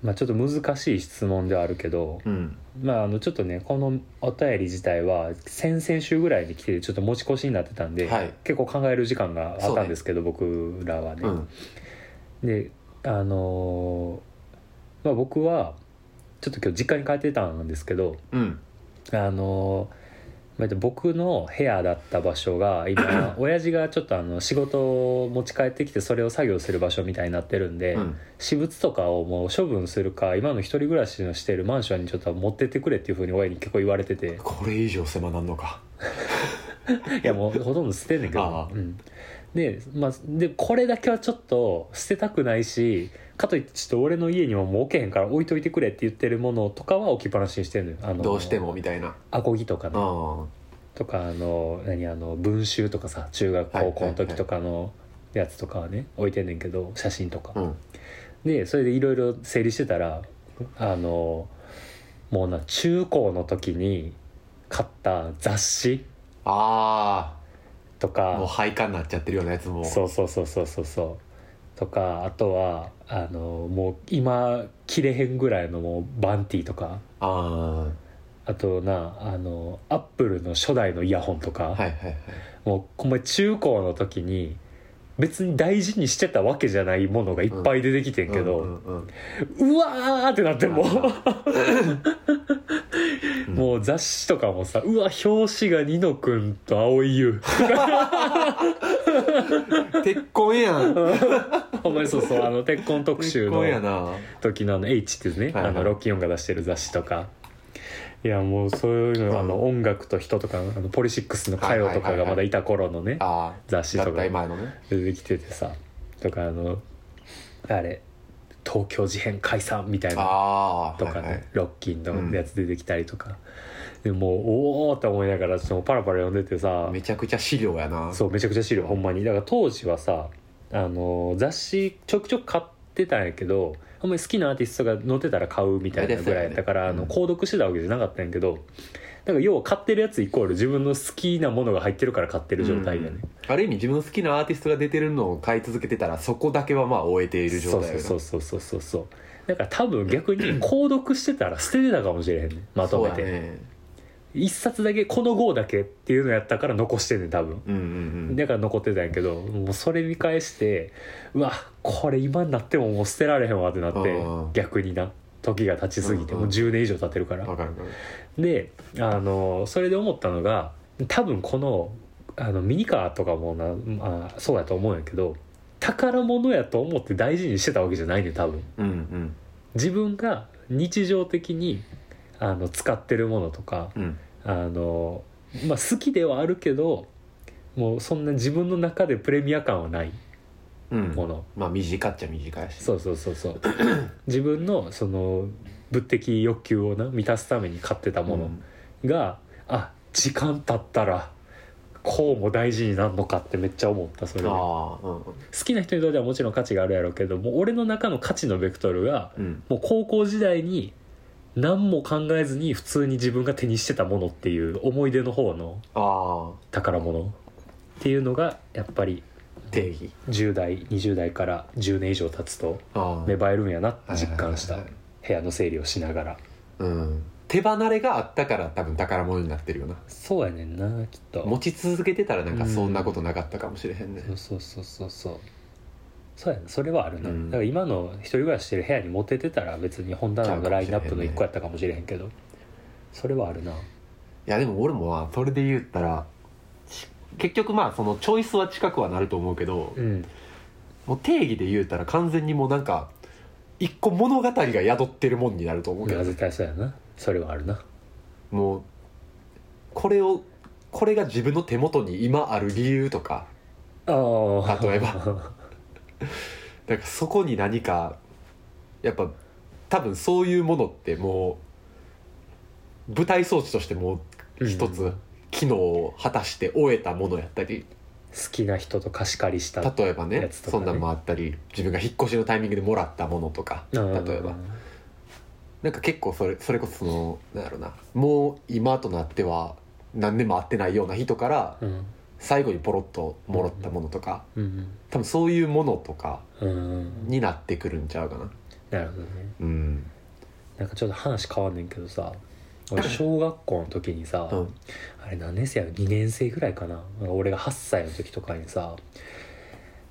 S2: まあちょっと難しい質問ではあるけど、
S1: うん
S2: まああのちょっとねこのお便り自体は先々週ぐらいに来てちょっと持ち越しになってたんで、
S1: はい
S2: 結構考える時間があ
S1: そ
S2: っ
S1: う
S2: た
S1: ね
S2: んですけど、僕らはね、
S1: うん
S2: であのーまあ、僕はちょっと今日実家に帰ってたんですけど
S1: うん
S2: あのーまあ僕の部屋だった場所が 今親父がちょっとあの仕事を持ち帰ってきてそれを作業する場所みたいになってるんで、
S1: うん
S2: 私物とかをもう処分するか今の一人暮らしのしてるマンションにちょっと持ってってくれっていうふうに親に結構言われてて
S1: これ以上狭なんのか
S2: いやもうほとんど捨てんねんけ
S1: あ
S2: ど
S1: あ、
S2: うん、で,、まあ、でこれだけはちょっと捨てたくないしかといってちょっと俺の家にはもう置けへんから置いといてくれって言ってるものとかは置きっぱなしにしてるのよあの
S1: どうしてもみたいな
S2: アコギとか
S1: う
S2: ね
S1: ん
S2: とかあの何あの文集とかさ中学
S1: はい
S2: 高
S1: はい
S2: 校の時とかのやつとかはね置いてんねんけど写真とか、
S1: うん
S2: でそれでいろいろ整理してたらあのもうな中高の時に買った雑誌
S1: あ
S2: と
S1: あも
S2: か
S1: う廃刊になっちゃってるようなやつも
S2: そうそうそうそうそうそうとかあとはあのもう今着れへんぐらいのもうバンティーとか
S1: あ
S2: あとなあのアップルの初代のイヤホンとか、
S1: あはいはいはい
S2: もうお前中高の時に別に大事にしてたわけじゃないものがいっぱい出てきてんけど、
S1: うんうんうん
S2: うわーってなってもう
S1: ん
S2: もう雑誌とかもさうわ表紙がニノくんと蒼井 優
S1: 鉄痕や ん
S2: お前そうそうあの鉄痕特集
S1: 鉄
S2: の
S1: 痕やな
S2: 時のあの H っていうね、
S1: はいはい
S2: あのロッキーオンが出してる雑誌とかいやもうそういうの、あの音楽と人とかあのポリシックスの歌謡とかがまだいた頃のね、
S1: あ
S2: 雑誌
S1: あ
S2: と
S1: 脱
S2: か
S1: 退前のね
S2: 出てきててさとかあのあれ東京事変解散みたいな
S1: ああ
S2: とかね、
S1: はいはい
S2: ロッキンのやつ出てきたりとか、でもうおおって思いながらちょっとパラパラ読んでてさ
S1: めちゃくちゃ資料やな
S2: そうめちゃくちゃ資料ほんまにだから当時はさあの雑誌ちょくちょく買ってたんやけどほんまに好きなアーティストが載ってたら買うみたいなぐらいだから、あ
S1: う
S2: の
S1: ん
S2: 購読してたわけじゃなかったんやけどだから要は買ってるやつイコール自分の好きなものが入ってるから買ってる状態やね、
S1: ある意味自分の好きなアーティストが出てるのを買い続けてたらそこだけはまあ終えている
S2: そ
S1: 状
S2: うそう
S1: 態よな
S2: そうそうそうそうそうだから多分逆 に購読してたら捨ててたかもしれへんねまとめ
S1: そう
S2: て、
S1: やね
S2: 一冊だけこの号だけっていうのやったから残してんねん多分
S1: うんうんうん
S2: だから残ってたんやけどもうそれ見返してうわこれ今になってももう捨てられへんわってなって
S1: うん
S2: 逆にな時が経ちすぎて
S1: うん
S2: も
S1: う
S2: うん10年以上経ってるから
S1: わかるわかる
S2: であのそれで思ったのが多分このあのミニカーとかもな、まあ、そうやと思うんやけど宝物やと思って大事にしてたわけじゃないねん多分
S1: うんうん
S2: 自分が日常的にあの使ってるものとか
S1: うん
S2: あの、まあ、好きではあるけどもうそんな自分の中でプレミア感はない
S1: うん
S2: もの、
S1: まあ短っちゃ短いし
S2: そうそうそう そう自分のその物的欲求をな満たすために買ってたものが、あ時間経ったらこうも大事になるのかってめっちゃ思ったそれで好
S1: ああうん
S2: きな人にとってはもちろん価値があるやろうけどもう俺の中の価値のベクトルが
S1: うん
S2: もう高校時代に何も考えずに普通に自分が手にしてたものっていう思い出の方の
S1: あ
S2: 宝物っていうのがやっぱり
S1: あ定義
S2: 10代20代から10年以上経つと
S1: ああ
S2: 芽生えるんやなって実感した
S1: はいはい
S2: 部屋の整理をしながら
S1: うん手離れがあったから多分宝物になってるよな
S2: そうやねんなきっと
S1: 持ち続けてたらなんかそんなことなかったかもしれへんね
S2: そうそうそうそうそうそうやなそれはあるな、
S1: うん
S2: だから今の一人暮らししてる部屋に持っててたら別に本棚のラインナップの一個
S1: ちゃ
S2: やったかもしれへんけど、それはあるない
S1: やでも俺もはそれで言ったらし結局まあそのチョイスは近くはなると思うけど
S2: うん
S1: もう定義で言うたら完全にもうなんか一個物語が宿ってるもんになると思う
S2: い
S1: けど
S2: や絶対そうやなそれはあるな
S1: もうこれをこれが自分の手元に今ある理由とか
S2: ああ
S1: 例えばなんかそこに何かやっぱ多分そういうものってもう舞台装置としてもう一
S2: う
S1: つ
S2: ん
S1: 機能を果たして終えたものやったり
S2: 好きな人と貸し借りした
S1: 例えばね
S2: やつとか
S1: そ
S2: ね
S1: んなんもあったり自分が引っ越しのタイミングでもらったものとか例えばなんか結構それそれこそそのなんだろうなもう今となっては何年も会ってないような人から
S2: うん
S1: 最後にポロッともらったものとか
S2: うん
S1: 多分そういうものとか
S2: うん
S1: になってくるんちゃうかな
S2: なるほどね
S1: うん
S2: なんかちょっと話変わんねんけどさ 俺小学校の時にさ、
S1: うん
S2: あれ何年生やろ2年生ぐらいかななんか俺が8歳の時とかにさ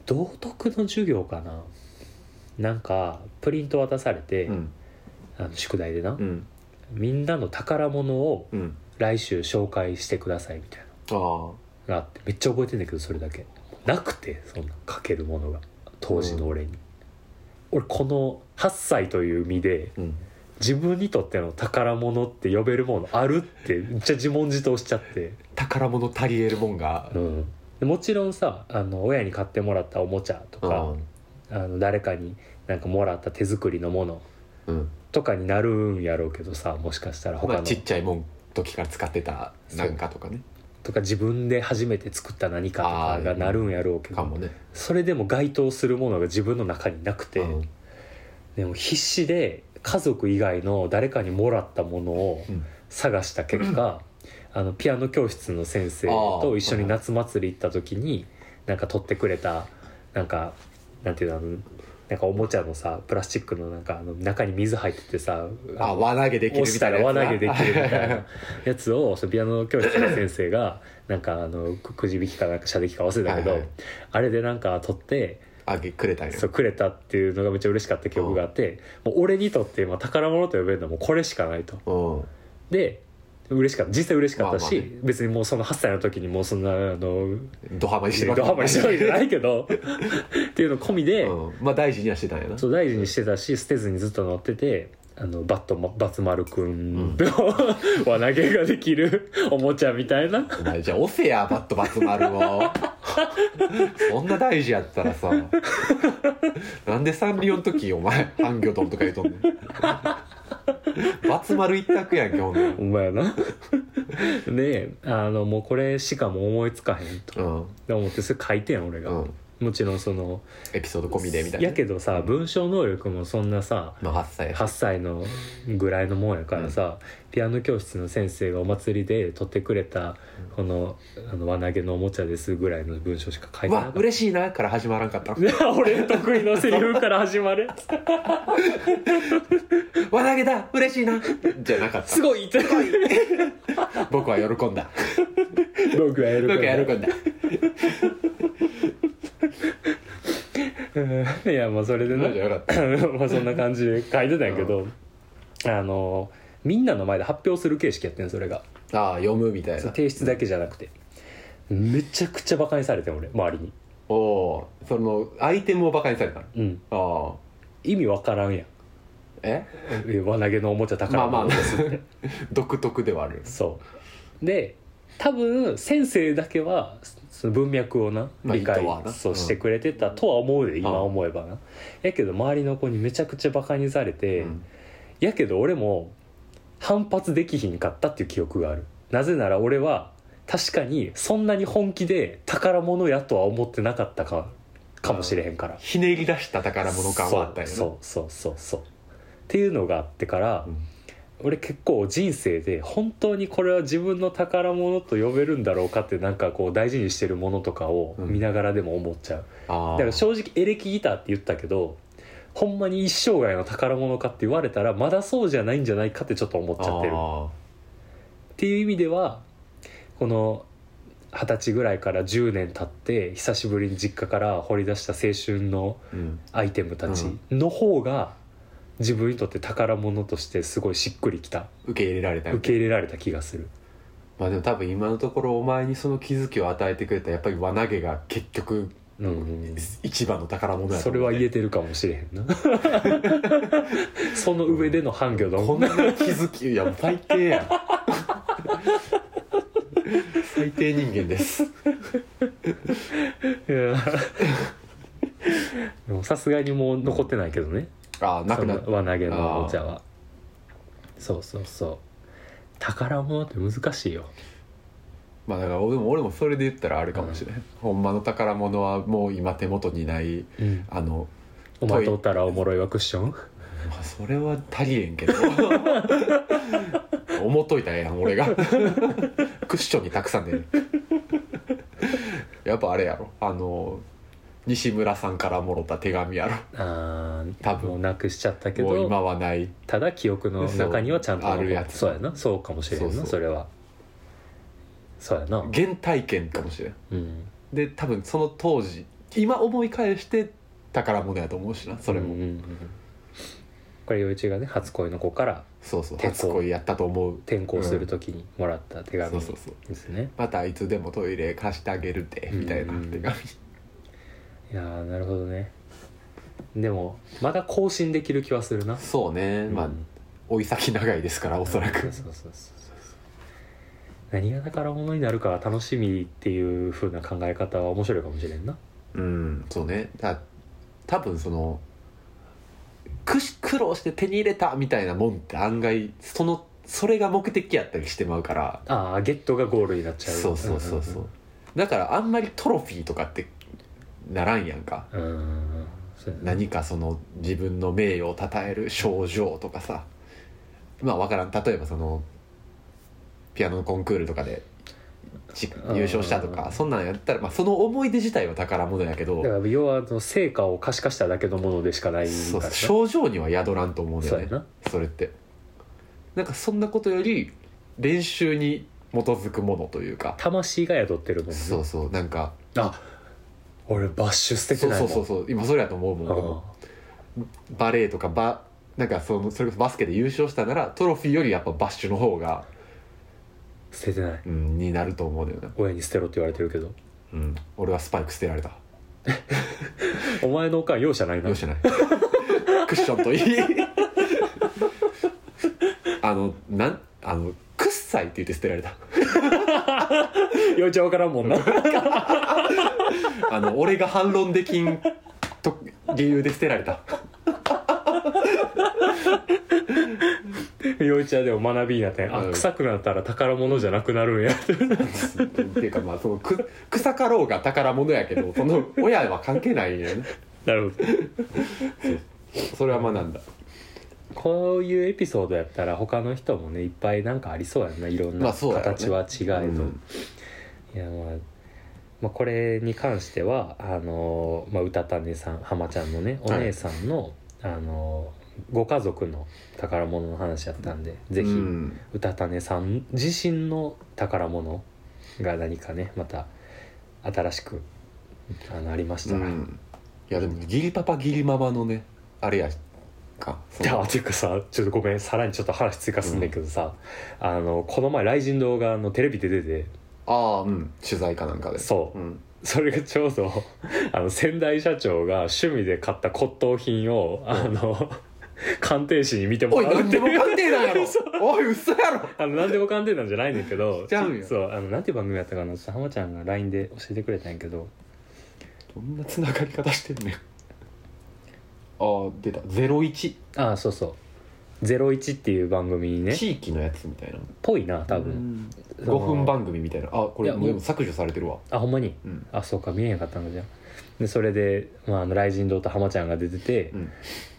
S2: 道徳の授業かななんかプリント渡されて、
S1: うん
S2: あの宿題でな、
S1: うん
S2: みんなの宝物を
S1: うん
S2: 来週紹介してくださいみたい
S1: ああ
S2: なのがあってめっちゃ覚えてんだけどそれだけなくてそんな書けるものが当時の俺に、俺この8歳という身で
S1: うん
S2: 自分にとっての宝物って呼べるものあるってめっちゃ自問自答しちゃって、
S1: 宝物足りえるもんが
S2: うん、でもちろんさあの親に買ってもらったおもちゃとか、あの誰かになんかもらった手作りのもの
S1: うんうん
S2: とかになるんやろうけどさもしかしたら他
S1: まあ
S2: の
S1: ちっちゃいもん時から使ってたなんかとかね
S2: とか自分で初めて作った何かとかがなるんやろうけ
S1: か
S2: ど
S1: もね
S2: それでも該当するものが自分の中になくて
S1: うん
S2: でも必死で家族以外の誰かにもらったものを
S1: うん
S2: 探した結果あのピアノ教室の先生と一緒に夏祭り行った時になんか取ってくれたなんかなんていうのあのなんかおもちゃのさプラスチックのなんかあの中に水入っててさ
S1: あ輪投げでき
S2: 押
S1: るみ
S2: したた
S1: いな
S2: ら輪
S1: やつな
S2: 投げできるみたいな やつをそのピアノ教室の先生がなんかあのくくじ引きかなんか射的か忘れたけど、
S1: はいはい
S2: あれでなんか取って
S1: あげくれたんや
S2: そうくれたっていうのがめっちゃ嬉しかった記憶があって、もう俺にとってまあ宝物と呼べるのはもうこれしかないと。
S1: うん
S2: で嬉しかった実際嬉しかったし、
S1: まあま
S2: 別にもうその8歳の時にもうそんなあの
S1: ドハマりしてる
S2: ドハマりしてるわけじゃないけどっていうの込みで、
S1: うん、まあ大事にはしてたんやな
S2: そう大事にしてたし捨てずにずっと乗っててあのバットマバツ丸くんの、輪投げができるおもちゃみたいな
S1: お前じゃあ押せやバットバツ丸を そんな大事やったらさなんでサンリオの時お前ハンギョドンとか言うとんねんバツ丸一択やんけほんなら
S2: お前やなであのもうこれしかもう思いつかへんと
S1: うん
S2: で思ってそれ書いてん俺が、
S1: うん
S2: もちろんその
S1: エピソード込みでみたいな
S2: やけどさ文章能力もそんなさ
S1: まあ8歳やし
S2: 8歳のぐらいのもんやからさ、ピアノ教室の先生がお祭りで取ってくれたこのあの輪投げのおもちゃですぐらいの文章しか書いうてなか
S1: わ
S2: った
S1: 嬉しいなから始まらんかった
S2: いや俺の得意のセリフから始まる
S1: 輪投げだ嬉しいなじゃなかっ
S2: すごい痛い
S1: た僕は喜んだ
S2: 僕はや
S1: 僕は
S2: る
S1: 喜んだ
S2: いやまあそれで
S1: そうじゃ
S2: ね
S1: よかった
S2: まあそんな感じで書いてたんやけど、あのみんなの前で発表する形式やってんそれが
S1: ああ読むみたい
S2: そう
S1: な
S2: 提出だけじゃなくてめちゃくちゃバカにされてん俺周りに
S1: おおーそのアイテムをバカにされたの
S2: うん
S1: ああ
S2: 意味わからんやん
S1: え
S2: え輪投げのおもちゃ
S1: ま
S2: 宝
S1: あまあ
S2: 物ですって、
S1: 独特ではある
S2: そうで多分先生だけはその文脈をな
S1: まあ
S2: 理解
S1: 意図はな
S2: そう
S1: うん
S2: してくれてたとは思うで、今
S1: うん
S2: 思えばなやけど周りの子にめちゃくちゃバカにされて、
S1: うん
S2: やけど俺も反発できひんかったっていう記憶があるなぜなら俺は確かにそんなに本気で宝物やとは思ってなかったかかもしれへんから
S1: ひねり出した宝物感はあったよね
S2: そうそうそうそうそうっていうのがあってから、
S1: うん
S2: 俺結構人生で本当にこれは自分の宝物と呼べるんだろうかってなんかこう大事にしてるものとかを見ながらでも思っちゃう、
S1: ああ
S2: だから正直エレキギターって言ったけどほんまに一生涯の宝物かって言われたらまだそうじゃないんじゃないかってちょっと思っちゃってるっ
S1: あ
S2: ていう意味ではこの二十歳ぐらいから10年経って久しぶりに実家から掘り出した青春の
S1: あうん
S2: アイテムたち
S1: うん
S2: の方が自分にとって宝物としてすごいしっくりきた
S1: 受け入れられた
S2: 受け入れられた気がする
S1: まあでも多分今のところお前にその気づきを与えてくれたやっぱり輪投げが結局
S2: うん
S1: 一番の宝物やと
S2: それ
S1: 思う
S2: は
S1: ね
S2: 言えてるかもしれへんな その上での反響だも
S1: こん
S2: ん
S1: な気づきいや最低や ん最低人間です
S2: いやでもさすがにもう残ってないけどね
S1: ああなくなっ
S2: その輪投げのお茶はそうそうそう宝物って難しいよ
S1: まあだからでも俺もそれで言ったらあれかもしれん、ほんまの宝物はもう今手元にないあの
S2: お前とおったらおもろいわクッション
S1: まあそれは足りえんけど 思っといたらええやん俺が クッションにたくさん出るやっぱあれやろあの西村さんからもろた手紙やろ
S2: あー
S1: 多分
S2: もうなくしちゃったけ
S1: もう
S2: ど
S1: 今はない
S2: ただ記憶の中にはちゃんと
S1: そう
S2: 残っ
S1: あるやつ
S2: そうやなそうかもしれんな
S1: そうそう
S2: それはそうやな
S1: 原体験かもしれん
S2: うん
S1: で多分その当時今思い返して宝物やと思うしなそれも、
S2: うんうんうんこれ陽一がね初恋の子から
S1: そうそう
S2: 鉄
S1: 初
S2: 鋼
S1: 恋やったと思う
S2: 転校する時にもらった手
S1: そ
S2: 紙
S1: うそうそう
S2: ですね
S1: またいつでもトイレ貸してあげるでみたいな
S2: うん
S1: 手紙
S2: いやーなるほどねでもまだ更新できる気はするな
S1: そうね、まあ
S2: うん
S1: 追い先長いですからおそら
S2: そう
S1: く
S2: そうそうそう何が宝物になるかが楽しみっていう風な考え方は面白いかもしれんな
S1: うんそうねだ多分そのくし苦労して手に入れたみたいなもんって案外そのそれが目的やったりしてまうから
S2: ああゲットがゴールになっちゃう
S1: そうそうそうそうだからあんまりトロフィーとかってならんやんか
S2: うんうんうんうんそうやな
S1: 何かその自分の名誉を称える賞状とかさまあ分からん例えばそのピアノのコンクールとかでじ
S2: うん
S1: 優勝したとかそんなんやったら、まあ、その思い出自体は宝物やけど
S2: だから要はあの成果を可視化しただけのものでしかないから
S1: そう
S2: な
S1: 症状には宿らんと思うんだよ
S2: そうや
S1: ね
S2: な
S1: それってなんかそんなことより練習に基づくものというか
S2: 魂が宿ってるもんね
S1: そうそうなんか
S2: あ俺バッシュ捨てて
S1: そう
S2: ない
S1: そ
S2: も
S1: うんそうそう今それやと思うもん俺もバレエとかバなんかそのそれこそバスケで優勝したならトロフィーよりやっぱバッシュの方が
S2: うん捨ててない
S1: うん、になると思うのよな、
S2: 親に捨てろって言われてるけど
S1: うん、俺はスパイク捨てられた
S2: お前のおかん容赦ないな
S1: よしない クッションといい あのなんあのくっさいって言って捨てられた
S2: よいちゃん分からんも んな
S1: あの俺が反論できんと理由で捨てられた
S2: よいちゃんでも学びになってあ
S1: うん
S2: 臭くなったら宝物じゃなくなるんやって
S1: っていうかまあそのく草かろうが宝物やけどその親は関係 ないんやね
S2: なるほど
S1: それは学んだ
S2: こういうエピソードやったら他の人もねいっぱいなんかありそうやんないろん
S1: ま
S2: な
S1: あそうやろね
S2: 形は違えど、
S1: うん
S2: いやまあまあ、これに関してはあのー、まあ、うたたねさん浜ちゃんのねお
S1: はい
S2: 姉さんの、あのーご家族の宝物の話やったんで、ぜひ
S1: うん
S2: うたたねさん自身の宝物が何かねまた新しくあのありました
S1: う
S2: ら、
S1: んいやでも義理パパ義理ママのねあれやかそ
S2: い
S1: の
S2: やていうかさちょっとごめんさらにちょっと話追加すんだけどさ、あのこの前雷神堂があのテレビで出て
S1: ああうん取材かなんかで
S2: そう
S1: うん
S2: それがちょうど あの先代社長が趣味で買った骨董品をあの 鑑定士に見ても
S1: おい
S2: らう
S1: 何
S2: って
S1: でも
S2: いう
S1: 鑑定なんやろおい嘘やろ
S2: あの何でも鑑定なんじゃないねんだけ ど
S1: ちゃうんよ
S2: そうあのなんていう番組やったかなちょっと浜ちゃんが LINE で教えてくれたんやけど
S1: どんなつながり方してんねんああ出た01、
S2: ああそうそう「01」っていう番組にねっ
S1: 地域のやつみたいな
S2: ぽいな多分
S1: うん
S2: その
S1: 5分番組みたいなあこ
S2: い
S1: れ
S2: や
S1: もう
S2: もう
S1: 削除されてるわ
S2: あほんまに
S1: うん
S2: あそうか見えへんかったのじゃんでそれで、まあ、あの雷神堂と浜ちゃんが出てて、
S1: うん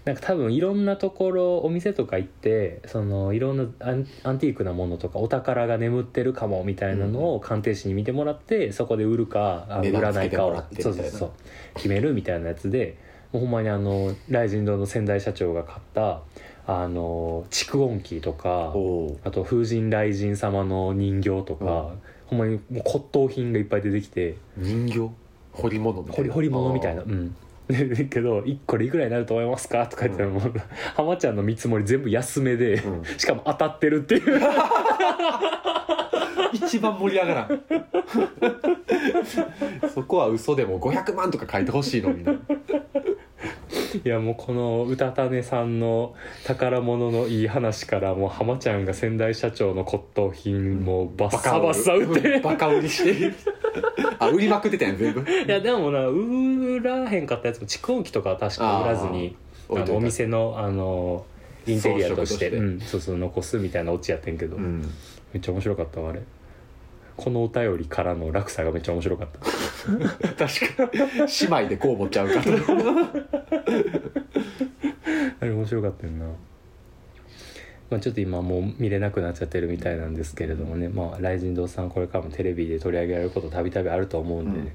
S2: なんか多分いろんなところお店とか行ってそのいろんなアンアンティークなものとかお宝が眠ってるかもみたいなのを鑑定士に見てもらってそこで売るかあの
S1: 値
S2: 売
S1: 段
S2: ら
S1: つ
S2: な
S1: け
S2: い
S1: て
S2: か
S1: も
S2: を
S1: らってみた
S2: そ
S1: いう
S2: そ
S1: な
S2: うそう決めるみたいなやつでもうほんまにあの雷神堂の先代社長が買ったあの蓄音機とか
S1: おお
S2: あと風神雷神様の人形とか、ほんまにもう骨董品がいっぱい出てきて。
S1: 人形彫り物みたいな
S2: 掘り掘り物みたいな
S1: あ
S2: う
S1: ー
S2: ん でけどいこれいくらになると思いますか?」とか言っても う浜ちゃんの見積もり全部安めで、
S1: うん
S2: しかも当たってるっていう
S1: 一番盛り上がら んそこは嘘でも500万とか書いてほしいのに
S2: いやもうこのうたたねさんの宝物のいい話からもう浜ちゃんが先代社長の骨董品もうバッサバッサ売っ
S1: う
S2: て
S1: んバカ売りしてあ売りまくってたやん全部
S2: いやでもな売らへんかったやつも蓄音機とかは確か売らずにあ
S1: 置いと
S2: の
S1: いた
S2: お店のあのインテリアとして
S1: 装飾として
S2: うん、そうそう残すみたいなオチやってんけど、
S1: うん
S2: めっちゃ面白かったわあれこのお便りからの落差がめっちゃ面白かった
S1: 確かに姉妹でこう持っちゃうかと
S2: あれ面白かったよな、まあ、ちょっと今もう見れなくなっちゃってるみたいなんですけれどもね、まあ、雷神堂さんこれからもテレビで取り上げられることたびたびあると思うんで、
S1: うん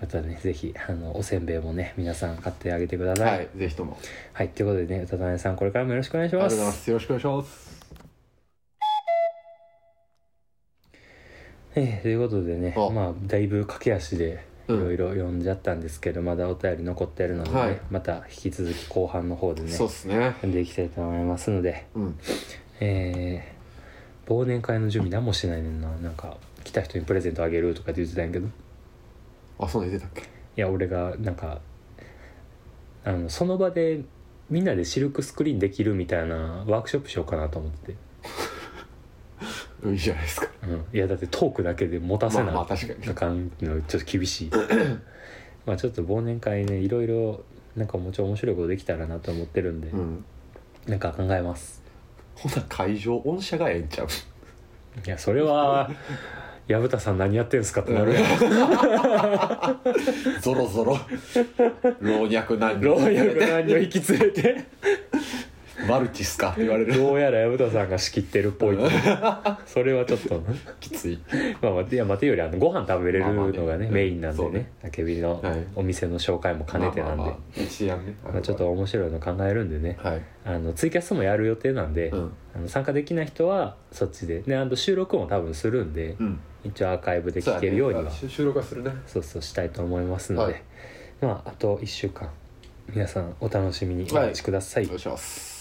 S2: またねぜひあのおせんべいもね皆さん買ってあげてください
S1: は
S2: はい、
S1: い、ぜひとも。
S2: ということでねうたたねさんこれからもよろしくお願いし
S1: あり
S2: ま
S1: がとう
S2: す
S1: ございます。よろしくお願いします。
S2: えーということでね
S1: あ
S2: まあだいぶ駆け足でい
S1: うん
S2: ろいろ読んじゃったんですけど、まだお便り残ってるので、ね
S1: はい
S2: また引き続き後半の方でね
S1: そうっすね。
S2: 読んでいきたいと思いますので
S1: うん。
S2: えー忘年会の準備何もしてないねんななんか来た人にプレゼントあげるとかって言ってたんやけどい
S1: あ、そんなん言ってたっけ
S2: や俺がなんかあのその場でみんなでシルクスクリーンできるみたいなワークショップしようかなと思ってて、
S1: うんいいじゃないですか。
S2: うん、いやだってトークだけで持たせ
S1: ま
S2: な
S1: あまあ
S2: あ
S1: 確かに
S2: かんのちょっと厳 しいまあちょっと忘年会ねいろいろなんかもうちょい面白いことできたらなと思ってるんで、
S1: うん。
S2: なんか考えます
S1: ほな、会場、御社がええんちゃう。
S2: いやそれは薮田さん何やってんすかってなるやん
S1: ゾロゾロ。老若男女。
S2: 老若男女引き連れて
S1: マルチスかって言われる。
S2: どうやら薮田さんが仕切ってるっ ぽいそれはちょっと
S1: きつい。
S2: まあ待ていや待てよりあのご飯食べれる
S1: まあまあ
S2: の
S1: ね
S2: がね
S1: うん
S2: メインなんで
S1: そう
S2: ね
S1: ね
S2: あけびの
S1: はい
S2: お店の紹介も兼ねてなんで
S1: まあまあまあ一案ね。
S2: まあちょっと。面白いの考えるんでね
S1: はい。
S2: あのツイキャスもやる予定なんで
S1: うん。
S2: あの参加できない人はそっちでであの収録も多分するんで
S1: うん。
S2: 一応アーカイブで
S1: そ
S2: 聞
S1: うや
S2: け
S1: ね
S2: るようには
S1: 収録はするね。
S2: そうそうしたいと思いますの
S1: は
S2: で
S1: い
S2: まああと1週間皆さんお楽しみにお待ちください
S1: お願いします。